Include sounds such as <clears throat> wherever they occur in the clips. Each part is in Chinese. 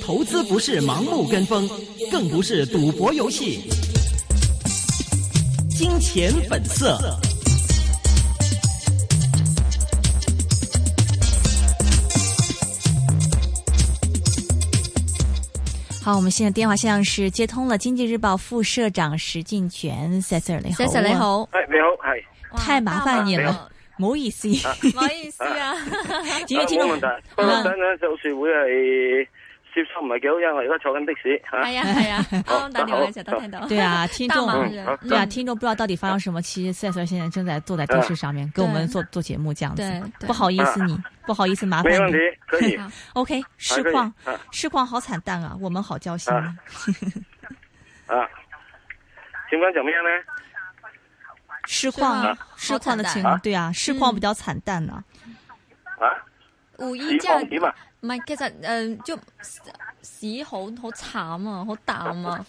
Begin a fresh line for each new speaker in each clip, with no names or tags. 投资不是盲目跟风，更不是赌博游戏。金钱本色。
好，我们现在电话线上是接通了《经济日报》副社长石进全 Sir 你好
Sir 你好，啊
係哎你好，係
太麻烦你
你
了
好，
唔好意思， <laughs>
唔好意思啊，
因为
啊
听
冇
众
問題。不過
嗯
等等就說會係呃接收唔係幾好，因為我而家坐緊的士嚇。
系啊系啊，啱啱打电话嘅时候都听到。
对啊，听
大
众
忙
人
人，嗯
对啊，听众不知道到底发生什么，其实 Sir 现在正在坐在的士上面，跟我们做做节目这样
对
子，
对
不好意思你，不好意思
啊
麻烦
沒問
你。
題，可
<laughs>
以。
好
OK，市
還可以
况
啊
市况好惨淡啊，我们好焦心啊。
啊，請問怎麼樣呢？
市况
啊
市况的情
好惨淡啊
对啊，市况比较惨淡呢。
啊，
胡煙
市
之後
況點啊？
唔係，其實誒、呃就市好好慘啊，好淡
<laughs>
啊。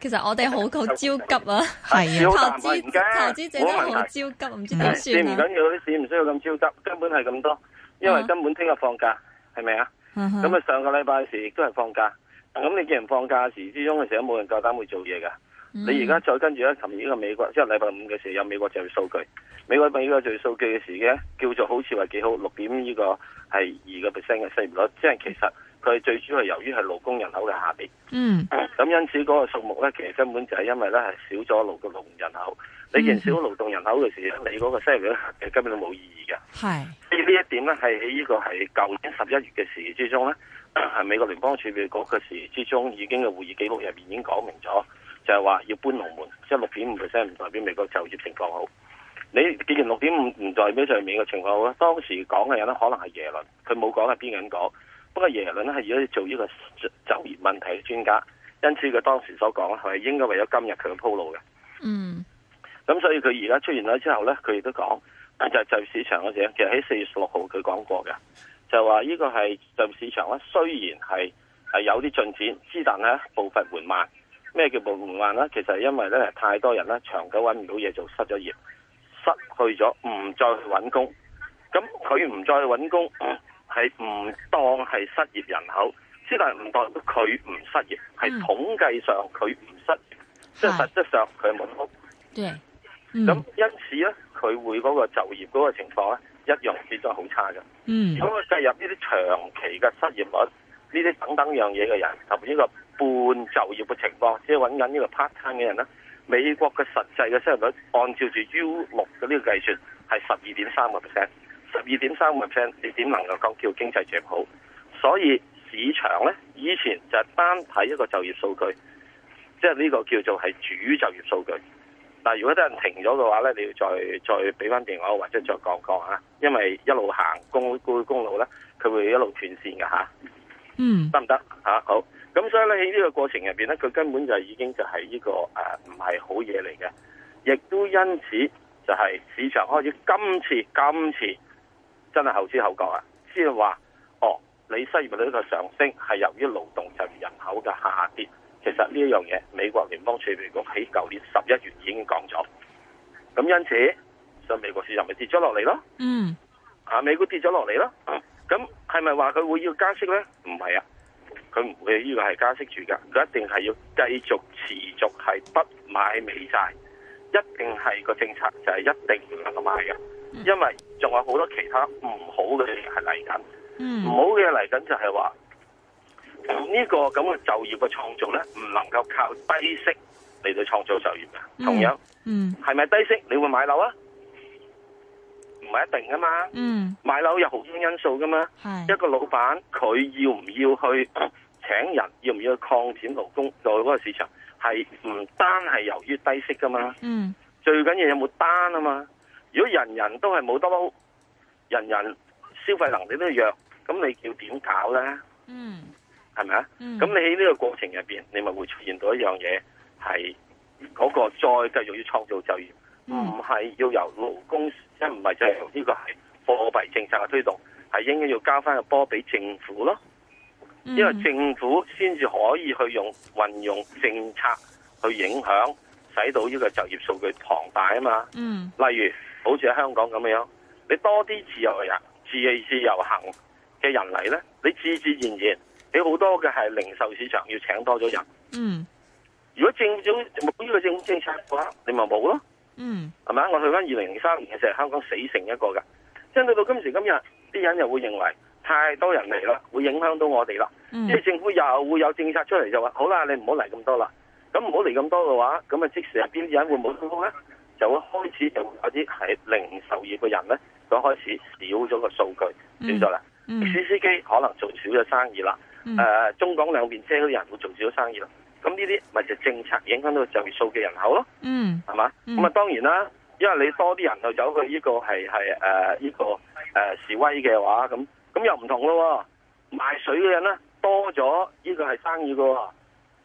其實我哋好好焦急
<laughs>
啊，
係
市
啊
好
投
淡
資
而家
投資者都好焦急，唔知點
市唔緊
算
要，
啊。
啲市唔需要咁焦急，根本係咁多，因為
啊
根本聽日放假，係咪啊？
嗯哼
咁啊，上個禮拜時亦都係放假。咁你既然放假時之中嘅時候，冇人夠膽會做嘢㗎。
嗯
你而家再跟住咧，琴日呢個美國，即係禮拜五嘅時候有美國就業數據，美國美國就業數據嘅時嘅叫做好似話幾好，六點呢個係二個 percent 嘅失業率，即係其實佢係最主要係由於係勞工人口嘅下跌，
嗯
咁因此嗰個數目咧，其實根本就係因為咧係少咗勞動勞動人口，你既然少咗勞動人口嘅時候，你嗰個失業率其實根本都冇意義嘅。
係
所以呢一點咧，係喺呢個係舊年十一月嘅事之中咧， <coughs> 係美國聯邦儲備局嘅事之中已經嘅會議記錄入面已經講明咗，就係話要搬龍門，即係六點五 percent 唔代表美國就業情況好。你既然六點五唔代表就係美國情況好咧，當時講嘅人咧可能係耶倫，佢冇講係邊個人講，不過耶倫咧係要做呢個就就業問題嘅專家，因此佢當時所講咧係應該為咗今日佢嘅鋪路嘅。
嗯
咁所以佢而家出現咗之後咧，佢亦都講就係就業市場嗰時，其實喺四月十六號佢講過嘅，就話呢個係就業市場咧，雖然係係有啲進展，之但係步伐緩慢。咩叫步伐緩慢咧？其實係因為咧太多人咧長久揾唔到嘢做，失咗業，失去咗唔再去揾工。咁佢唔再去揾工， <clears throat> 係唔當係失業人口，之但係唔代表佢唔失業，係
嗯
統計上佢唔失業，即係
係
實質上佢冇工。
對，
咁
嗯
因此咧，佢會嗰個就業嗰個情況咧，一樣變咗好差嘅。
嗯
如果佢計入呢啲長期嘅失業率，呢啲等等樣嘢嘅人，同埋呢個半就業嘅情況，即係揾緊呢個 part time 嘅人咧，美國嘅實際嘅失業率按照住 U 六嘅呢個計算係十二點三個 percent，十二點三個 percent，你點能夠講叫經濟最好？所以市場咧以前就係單睇一個就業數據，即係呢個叫做係主就業數據。嗱，如果得人停咗嘅話咧，你要再再俾翻電我，或者再降降嚇，因為一路行公公公路咧，佢會一路斷線嘅嚇，
嗯
得唔得嚇？好，咁所以咧喺呢個過程入邊咧，佢根本就已經就係呢、個誒唔係好嘢嚟嘅，亦都因此就係市場開始今次今次真係後知後覺啊，先係話哦，你失業率嘅上升係由於勞動就業人口嘅下跌，其實呢一樣嘢美國聯邦儲備局喺舊年十一月已經講咗。咁因此，所以美國市場咪跌咗落嚟咯，
嗯
啊，美股跌咗落嚟咯。
啊
咁係咪話佢會要加息咧？唔係啊，佢唔會呢個係加息住㗎，佢一定係要繼續持續係不買美債，一定係個政策就係一定唔能夠買嘅，
嗯
因為仲有好多其他唔好嘅嘢係嚟緊。唔
嗯
好嘅嚟緊就係話呢個咁嘅就業嘅創造咧，唔能夠靠低息嚟到創造就業嘅。同樣。
嗯
係咪低息你會買樓啊？唔係一定噶嘛，
嗯
買樓有好多因素噶嘛。一
係
個老闆佢要唔要去 <coughs> 請人，要唔要去擴展勞工在嗰個市場，係唔單係由於低息噶嘛，
嗯
最緊要有冇單啊嘛。如果人人都係冇得撈，人人消費能力都弱，咁你要點搞咧？
嗯
係咪啊？
嗯
咁你喺呢個過程入邊，你咪會出現到一樣嘢，係嗰個再繼續要創造就業，
嗯
唔係要由勞工，即係唔係就係由呢個係貨幣政策嘅推動，係應該要交翻個波俾政府咯，
嗯
因為政府先至可以去用運用政策去影響，使到呢個就業數據龐大啊嘛。
嗯
例如好似喺香港咁樣，你多啲自由人、自自由行嘅人嚟呢，你自自然然多嘅係零售市場要請多咗人。
嗯
如果政府冇呢個政府政策嘅話，你咪冇咯，
嗯
係咪啊？我去翻二零零三年嘅時候，香港死剩一個㗎。即係到到今時今日，啲人又會認為太多人嚟啦，會影響到我哋啦。即係
嗯
政府又會有政策出嚟就話，好啦，你唔好嚟咁多啦。咁唔好嚟咁多嘅話，咁啊即時係邊啲人會冇收工咧？就會開始就會有啲係零售業嘅人咧，佢開始少咗個數據，少咗啦。的
嗯
士司機可能做少咗生意啦。
嗯
誒、中港兩邊車嗰啲人會做少咗生意啦。咁呢啲咪就政策影響到就業數嘅人口咯，
嗯
係嘛？
嗯
咁啊當然啦，因為你多啲人就走去呢個係係誒呢個誒、呃示威嘅話，咁咁又唔同咯喎。賣水嘅人咧多咗，呢個係生意噶喎。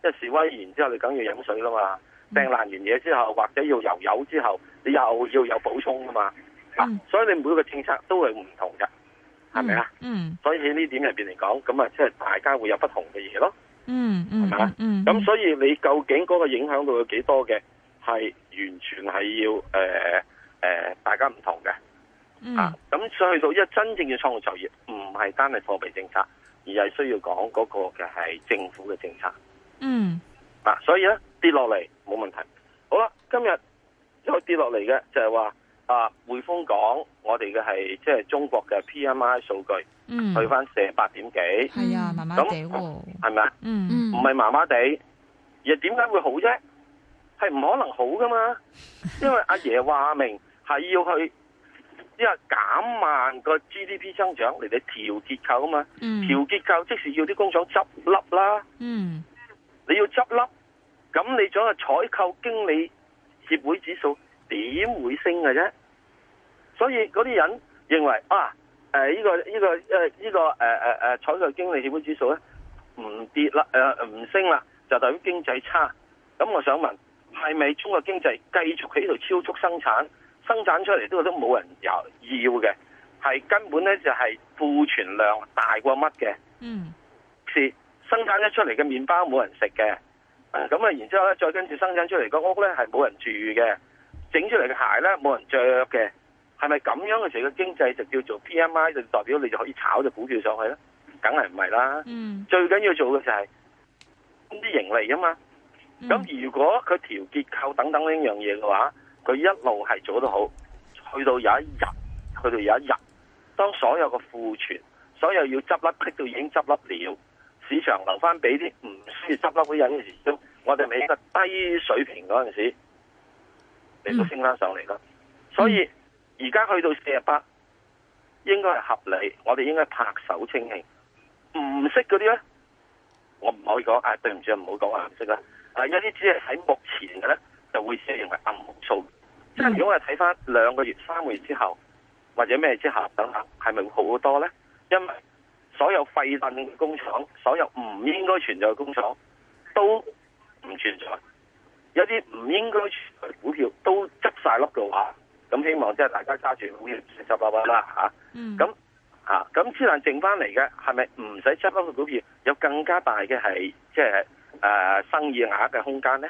即係示威完之後，你梗要飲水啦嘛。
嗯
掟爛完嘢之後，或者要油油之後，你又要有補充噶嘛。嗱、
嗯
所以你每個政策都係唔同㗎，係咪啊？
嗯
所以喺呢點入邊嚟講，咁啊，即係大家會有不同嘅嘢咯。
嗯嗯
係咪啊
嗯
咁所以你究竟嗰個影響到有幾多嘅，係完全係要誒誒、呃呃大家唔同嘅、
嗯
啊。咁所以去到一真正嘅創造就業，唔係單係貨幣政策，而係需要講嗰個嘅係政府嘅政策
嗯
啊。所以咧跌落嚟冇問題。好啦，今日再跌落嚟嘅就係話啊，匯豐講我哋嘅係即係中國嘅 P M I 數據
嗯
去翻四十八點幾，
係啊，麻麻地喎，
係咪啊？
嗯
嗯
唔係麻麻地，而係點解會好啫？係唔可能好噶嘛？因為阿爺話明係要去，因為減慢個 GDP 增長嚟到調結構啊嘛。
嗯
調結構即是要啲工廠執笠啦，
嗯
你要執笠，咁你將個採購經理協會指數點會升嘅啫？所以嗰啲人認為啊，誒、呢、個呢、個誒呢、個誒誒誒採購經理協會指數咧唔跌啦，誒、唔升啦，就代表經濟差。咁我想問，係咪中國經濟繼續喺度超速生產，生產出嚟都都冇人有要嘅？係根本咧就係庫存量大過乜嘅？
嗯
是生產咗出嚟嘅麵包冇人食嘅，啊咁啊，然之後咧再跟住生產出嚟個屋咧係冇人住嘅，整出嚟嘅鞋咧冇人着嘅，係咪咁樣嘅時候嘅經濟就叫做 P M I 就代表你就可以炒隻股票上去咧？梗係唔係啦，
嗯
最緊要做嘅就係啲盈利啊嘛。咁如果佢調結構等等呢樣嘢嘅話，佢一路係做得好，去到有一日，去到有一日，當所有嘅庫存，所有要執笠，逼到已經執笠了，市場留翻俾啲唔需要執笠嗰人嘅時候，我哋咪一個低水平嗰陣時，嚟到升翻上嚟咯。所以而家去到四十八，應該係合理，我哋應該拍手稱慶。唔識嗰啲咧，我唔可以講，啊對唔住，唔好講話唔識啦。啊，有啲只係喺目前嘅咧，就會只係認為暗無數。即係如果我哋睇翻兩個月、三個月之後，或者咩之後等等，係咪會好好多咧？因為所有廢品嘅工廠，所有唔應該存在嘅工廠都唔存在，有啲唔應該存在嘅股票都執晒笠嘅話，咁希望即係大家揸住股票食十八八啦嚇。
嗯
咁啊，咁之但剩翻嚟嘅係咪唔使執笠嘅股票有更加大嘅係即係誒生意額嘅空間咧？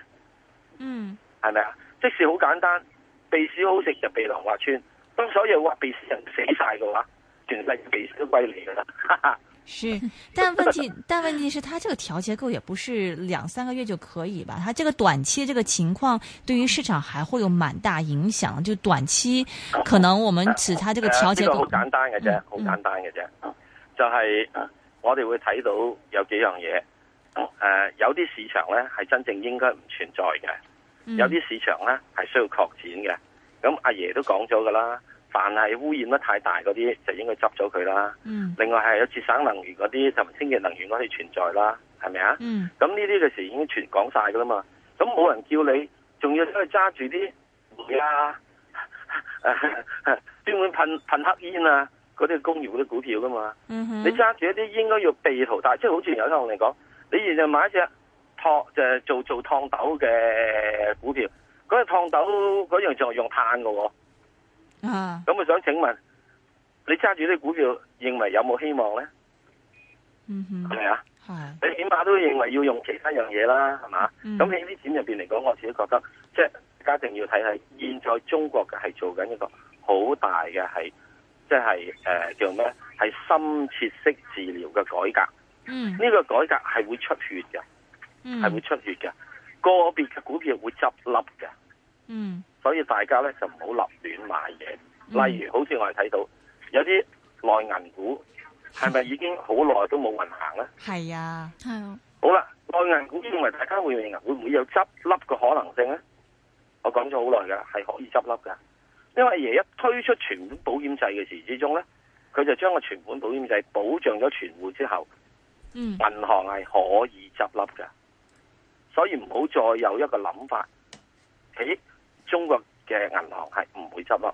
嗯
係咪啊？即使好簡單，鼻屎好食就鼻囊劃穿。當所有挖鼻屎人死晒嘅話，全世界鼻屎都歸你㗎啦。哈哈
是，但问题但问题是，它这个调结构也不是两三个月就可以吧？它这个短期这个情况对于市场还会有蛮大影响。就短期可能我们指它这个调结
呢個
构
好，簡單嘅啫
嗯，
好
嗯
簡單嘅啫，就係我哋會睇到有幾樣嘢，誒、有啲市場咧係真正應該唔存在嘅，
嗯
有啲市場咧係需要擴展嘅。咁阿爺都講咗噶啦，凡係污染得太大嗰啲就應該執咗佢啦。
嗯
另外係有節省能源嗰啲同埋清潔能源嗰啲存在啦，係咪啊？
嗯
咁呢啲嘅時已經全講晒噶啦嘛，咁冇人叫你，仲要走去揸住啲煤啊， <laughs> 專門噴噴黑煙啊，嗰啲工業嗰啲股票噶嘛，
嗯哼
你揸住一啲應該要被淘汰，即係好似有啲我嚟講，你現在買一隻托就係做做燙斗嘅股票，嗰隻燙斗嗰樣就係用碳嘅喎，
啊
咁我想請問，你揸住啲股票，認為有冇希望咧？
嗯
係
哼，
咪啊？
嗨
你起碼都認為要用其他樣嘢啦，係嘛？
嗯
咁喺呢點入邊嚟講，我自己覺得即係大家一定要睇下現在中國嘅係做緊一個好大呃嘅係即係誒叫咩？係深切式治療嘅改革，
嗯
呢個改革係會出血嘅，
嗯
係會出血嘅，個別嘅股票會執笠嘅，
嗯
所以大家咧就唔好立亂買嘢。
嗯
例如好似我哋睇到有啲內銀股，
<laughs>
係咪已經好耐都冇運行咧？
係啊，
系啊，
好啦，內銀股認為大家會認為會唔會有執笠嘅可能性咧？我講咗好耐㗎，係可以執笠㗎，因為爺一推出存款保險制嘅時之中咧，佢就將個存款保險制保障咗存戶之後，
嗯
銀行係可以執笠㗎，所以唔好再有一個諗法，咦？中國嘅銀行係唔會執笠，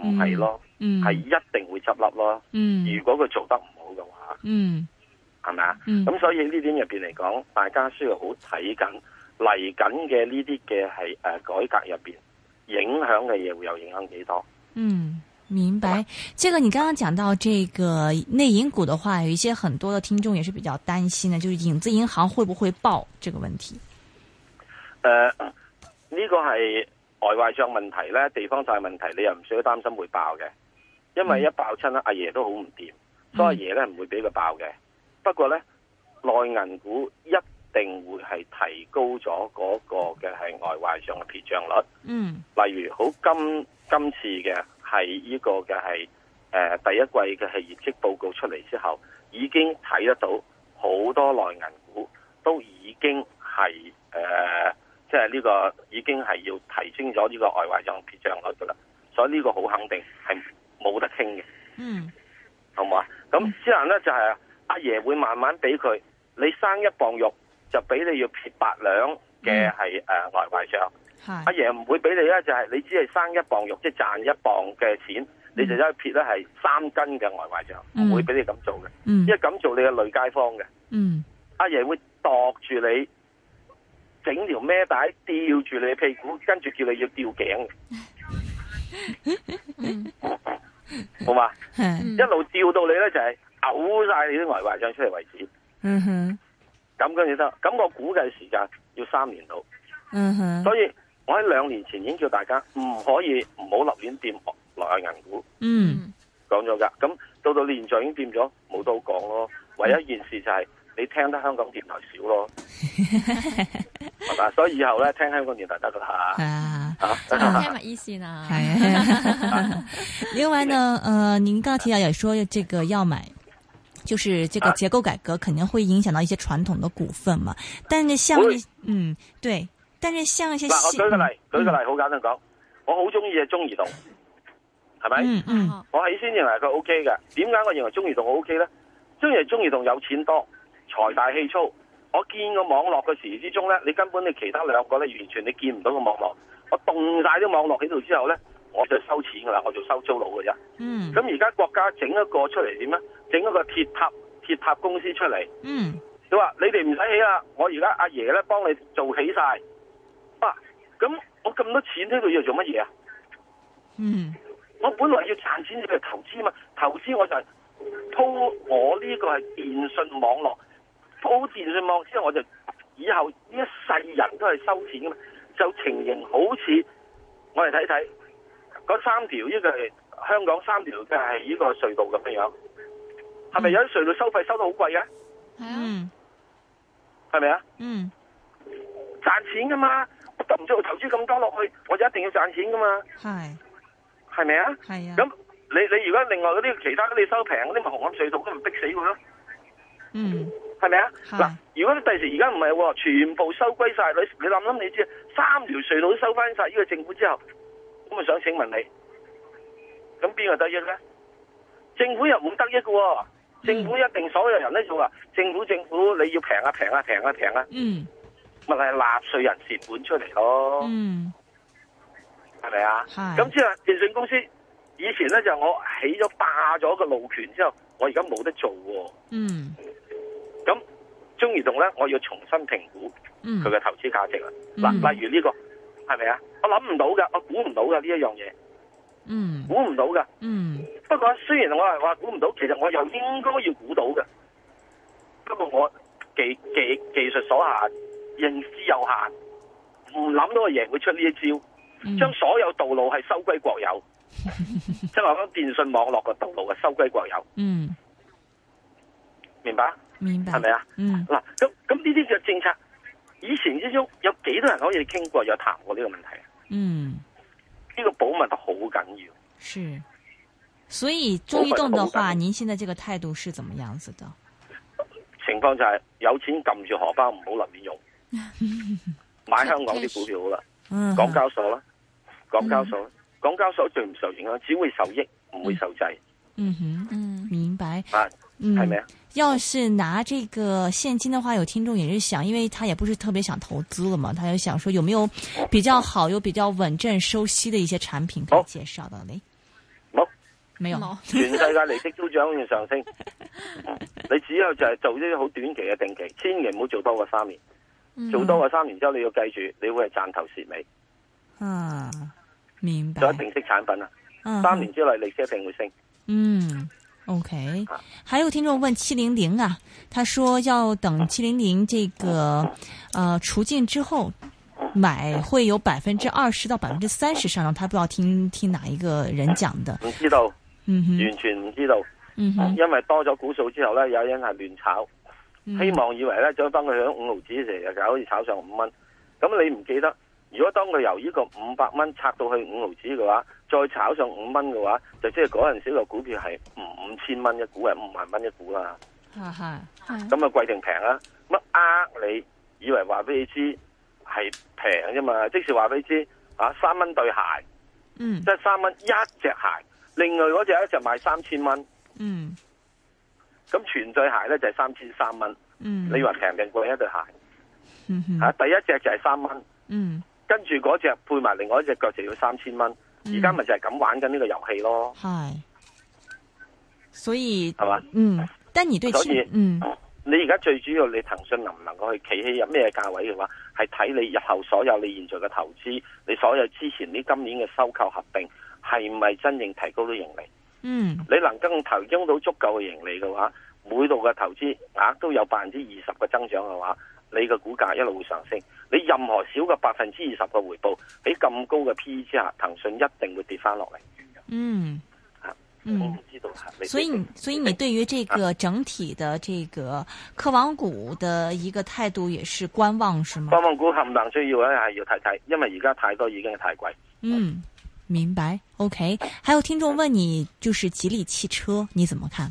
唔係咯，
嗯
係、一定會執笠咯。
嗯
如果佢做得唔好嘅話，
嗯
係咪啊？
嗯
咁所以呢點入邊嚟講，大家需要好睇緊嚟緊嘅呢啲嘅係誒改革入邊影響嘅嘢會有影響幾多？
嗯，明白。这个你刚刚讲到这个内银股的话，有一些很多的听众也是比较担心的，就是影子银行会不会爆这个问题？
誒、呃呢個係外壞帳問題咧，地方債問題，你又唔需要擔心會爆嘅，因為一爆親咧，阿爺都好唔掂，所以阿爺咧唔會俾佢爆嘅。不過咧，內銀股一定會係提高咗嗰個嘅係外壞帳嘅撇帳率。
嗯
例如好今今次嘅係呢個嘅係誒第一季嘅係業績報告出嚟之後，已經睇得到好多內銀股都已經係誒、呃即係呢個已經係要提升咗呢個外匯帳撇帳率噶啦，所以呢個好肯定係冇得傾嘅，
嗯
好唔好啊？咁之後咧就係、阿爺會慢慢俾佢，你生一磅肉就俾你要撇八兩嘅係誒外匯帳。
係
阿爺唔會俾你咧，就係、你只係生一磅肉，即係賺一磅嘅錢，你就走去撇咧係三斤嘅外賣帳，
嗯
唔會俾你咁做嘅，
嗯
因為咁做你係累街坊嘅。
嗯
阿爺會度住你，整條孭帶吊住你屁股，跟住叫你要吊頸，
嗯
好嘛？
嗯
嗯
一路吊到你咧就係嘔晒你啲外賣帳出嚟為止，
嗯哼
咁跟住得。咁我估計時間要三年到。
嗯哼
所以我喺兩年前已經叫大家唔可以唔好立亂掂內銀股。
嗯
嗯
講咗噶。咁到到現在已經掂咗，冇得好講咯。唯一一件事就係、你聽得香港電台少咯，係嘛？所以以後咧聽香港電台得噶
<laughs>
啦
啊。
嚇。
我聽埋依線啊，
<laughs>
哎，另外呢，呃，您刚刚提到也说这个要买，就是这
啊
个结构改革肯定会影响到一些传统的股份嘛。但是像
会
一嗯，对，但是像一些
嗱，我
新
舉個例，舉個例，好簡單講，我好中意嘅中移動，係咪？
嗯嗯
哦
我係先認為佢 O K 嘅。點解我認為中移動 O K 咧？因為中移動有錢多，財大氣粗。我見個網絡嘅時之中咧，你根本你其他兩個咧，完全你見唔到個網絡。我動晒啲網絡喺度之後咧，我就收錢噶啦，我做收租佬嘅啫。
嗯
咁而家國家整一個出嚟點咧？整一個鐵塔鐵塔公司出嚟，
嗯
佢話你哋唔使起啦，我而家阿爺咧幫你做起晒。啊，咁我咁多錢喺度要做乜嘢啊？
嗯
我本來要賺錢去投資嘛，投資我就係鋪我呢個係電信網絡，鋪電信網之後我就以後呢一世人都係收錢噶嘛，就情形好似我哋睇睇嗰三條呢個係香港三條嘅係呢個隧道咁樣樣，係咪有啲隧道收費收得好貴
係
嘅？
啊，
嗯
係咪啊？
嗯
賺錢噶嘛，我唔做投資咁多落去，我就一定要賺錢噶嘛，
係
係咪啊？
係啊，
咁你你如果另外嗰啲其他嗰啲收平嗰啲咪紅磡隧道咁咪逼死佢咯？
嗯
係咪啊？
係
嗱，如果你第時而家唔係喎，全部收歸晒你，你諗諗你知，三條隧道都收翻晒呢個政府之後，咁我想請問你，咁邊個得益咧？政府又唔得益嘅喎，政府一定所有人咧就話政府政府你要平啊平啊平啊平啊，
嗯
咪係納税人蝕本出嚟咯，
嗯
係咪啊？
係
咁之後電信公司以前咧就我起咗霸咗個路權之後，我而家冇得做喎，
嗯
咁中移動咧我要重新評估。
嗯
佢嘅投資價值啦。嗱、
嗯
例如呢、個係咪啊？我諗唔到㗎，我估唔到㗎呢一樣嘢，
嗯
估唔到㗎。
嗯
不過雖然我係話估唔到，其實我又應該要估到㗎。不過我技技技術所限，認知有限，唔諗到個贏會出呢一招，
嗯
將所有道路係收歸
<laughs>
國有，即係話講電信網絡嘅道路係收歸國有，
嗯
明白？
明白
係咪啊？
嗯
嗱，咁咁呢啲嘅政策，以前之中有幾多人可以傾過有談過呢個問題？
嗯，
啊呢、個保密得好緊要。
是。所以中移动的话，您现在这个态度是怎么样子的？
情況就係有錢撳住荷包，唔好立亂
<laughs>
用，買香港啲股票好啦，
嗯，
港交所啦，港交所啦，港交所最唔受影響，只會受益，唔會受制，
嗯哼，
嗯，
明白。
啊，
嗯，
係咪啊？
要是拿这个现金的话，有听众也是想，因为他也不是特别想投资了嘛，他就想说有没有比较好、又比较稳阵收息的一些产品可以
好
介绍的嘞？
冇，
没有，
冇
全世界利息都漲要上升，啊你只有就係做呢啲好短期嘅定期，千祈唔好做多過三年，
嗯
做多過三年之後你要記住，你會係賺頭蝕尾，
嗯，明白
做。一定息產品啊，
嗯，
三年之內利息一定會升。
嗯，OK。还有听众问七零零啊，他说要等七零零这个呃除净之后买会有百分之二十到百分之三十上涨，他不知道听听哪一个人讲的。
唔知道，
嗯哼，
完全唔知道，
嗯哼，
啊因為多咗股數之後咧，有人係亂炒。
嗯
希望以為咧，將當佢響五毫子嘅時候，就可以炒上五蚊。咁你唔記得，如果當佢由呢個五百蚊拆到去五毫子嘅話，再炒上五蚊嘅話，就即係嗰陣時個股票係五千蚊一股，係五萬蚊一股啦。
哈哈，
係
咁啊貴定平啊？乜呃你，以為話俾你知係平啫嘛？即使話俾你知啊，三蚊對鞋，
嗯
即係三蚊一隻鞋，另外嗰隻咧就賣三千蚊，
嗯
咁全對鞋咧就係三千三蚊。
嗯，
你話平定貴一對鞋？
嗯
嚇、
哼，
第一隻就係三蚊。
嗯，
跟住嗰只配埋另外一只腳就要三千蚊，
嗯
而家咪就係咁玩緊呢個遊戲咯，
嗨，所以
係嘛？
嗯，但你对
所
七
以
嗯
你而家最主要你騰訊能唔能夠去企喺入咩價位嘅話，係睇你日後所有你現在嘅投資，你所有之前呢今年嘅收購合併係咪真正提高到盈利？
嗯
你能夠提供到足夠嘅盈利嘅話，每度嘅投資額都有百分之二十嘅增長嘅話，你嘅股價一路會上升。你任何少嘅百分之二十嘅回報喺咁高嘅 P E 之下，騰訊一定會跌翻落嚟。
嗯
我
嗯
唔。知道啊係咪
所以你，所以你对于这个整体的这个科网股的一个态度也是观望，是吗
观？望股冚唪唥需要咧，係要睇睇，因為而家太多已經係太貴。
嗯，明白。OK，还有听众问你，就是吉利汽车你怎么看？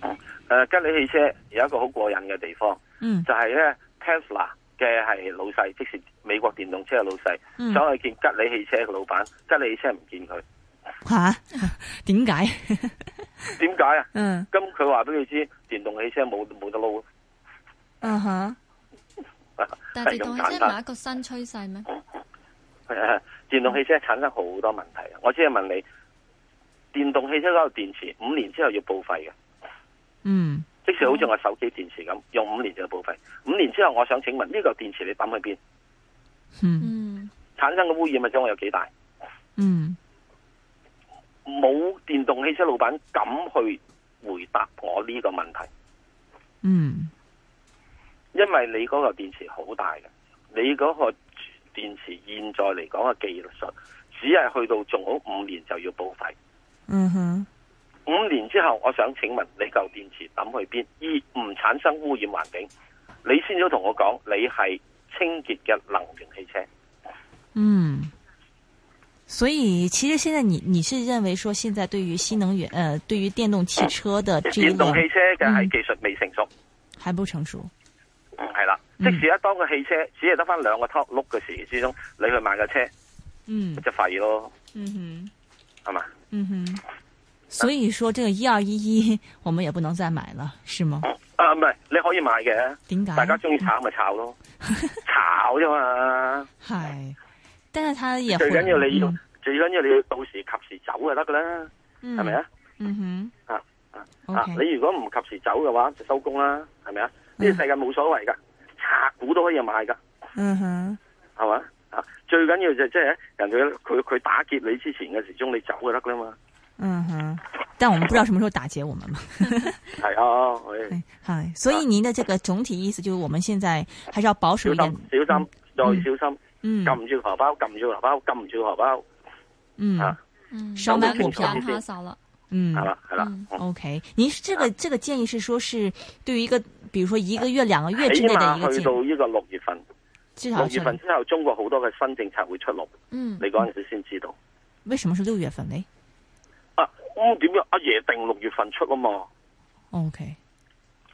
诶、呃吉利汽車有一個好過癮嘅地方，
嗯
就係咧 Tesla 嘅係老細，即是美國電動車嘅老細，
嗯， <laughs>
走去見吉利汽車嘅老闆，吉利汽車唔見佢，
吓，点解？
點解啊？
嗯
咁佢話俾你知，電動汽車冇冇得撈， <laughs>
嗯哼，
但係電動汽車唔係一個新趨勢咩？
誒電動汽車產生好多問題。啊我只係問你，電動汽車嗰個電池五年之後要報廢嘅。
嗯
即使好似我手機電池咁，用五年就要報廢。五年之後，我想請問呢、個電池你抌去邊？
嗯
嗯，
產生嘅污染物將我有幾大？
嗯
冇電動汽車老闆敢去回答我呢個問題，
嗯
因為你嗰個電池好大嘅，你嗰個電池現在嚟講嘅技術，只係去到仲好五年就要報廢。
嗯哼，
五年之後，我想請問你嚿電池抌去邊？而唔產生污染環境，你先至同我講你係清潔嘅能源汽車。
嗯。所以，其实现在你你是认为说，现在对于新能源，呃，对于电动汽车的这一
電動
轮
汽車嘅係技術未成熟。
还不成熟。
係啦，即
嗯嗯
使一當個汽車只係得翻兩個 top 碌嘅時之中，你去買架車
嗯
就廢咯，
嗯哼。
係嘛？
嗯哼，所以说这个一二一一我们也不能再买了，是吗？
啊，唔係你可以買嘅，
点解？
大家中意炒咪
<laughs>
炒咯，炒啫嘛。
嗨，但是他也
最
会
緊要你要，最緊要你要到時及時走就得噶啦，
嗯
係咪？啊？
嗯哼，
啊啊啊！
，OK，
你如果唔及時走嘅話，就收工啦，係咪啊？呢個世界冇所謂噶，拆股都可以買噶，
嗯哼，
係嘛？啊，最緊要就即係人哋佢佢打劫你之前嘅時鐘，你走就得噶啦嘛。
嗯哼，但我们不知道什么时候打劫我们嘛。
係啊，佢。
哎嗨，所以您的这个总体意思就是，我们现在还是要保守
小
一
心
点。
小心，再小心，
嗯
撳住荷包，撳住荷包，撳住荷包。
嗯
啊
嗯，
少
買股
咁
票
揀下手啦，
嗯
係啦係啦，
嗯
嗯
，OK，您是这个这个建议是说是对于一个，比如说一个月、两个月之
起
内的一
碼
个
去
建
到
议，
呢個六月份，
至
六
少
月
是
份之後，中國好多嘅新政策會出爐，
嗯
你嗰陣時先知道。
为什么是六月份呢
啊，咁點解阿爺定六月份出啊嘛？
？OK，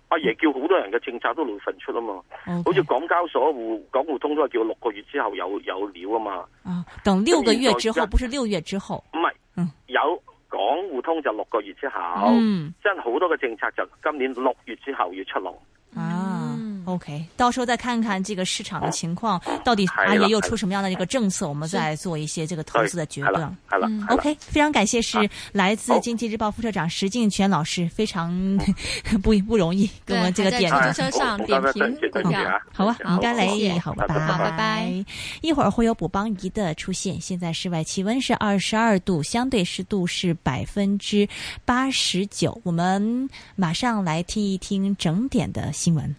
阿爺叫好多人嘅政策都六月份出啊嘛，好
o k
似港交所、互港互通都係叫六個月之後有有料啊嘛，
啊，等六个月之
咁而
后，
家
不是六月之后，
唔係
嗯
有港互通就六個月之後，
嗯
真係好多嘅政策就今年六月之後要出爐。
啊
嗯
，OK，到时候再看看这个市场的情况，到底
係啦
阿爷又
係啦
出什么样的一个政策，我们再做一些这个投资的决
係
断
啦。，係啦，
嗯
係啦
OK，非常感谢是
啊
来自
好
经济日报副社长石敬全老师，非常 <laughs> 不不容易，给我们这个点
对
评
哎
还。在出租车上
好
点
好
评股
好
票。
好啊，
好
唔该
谢
你，
谢
好，拜
好
拜拜。
一会儿会有补帮仪的出现。现在室外气温是二十二度，相对湿度是百分之八十九。我们马上来听一听整点的新闻。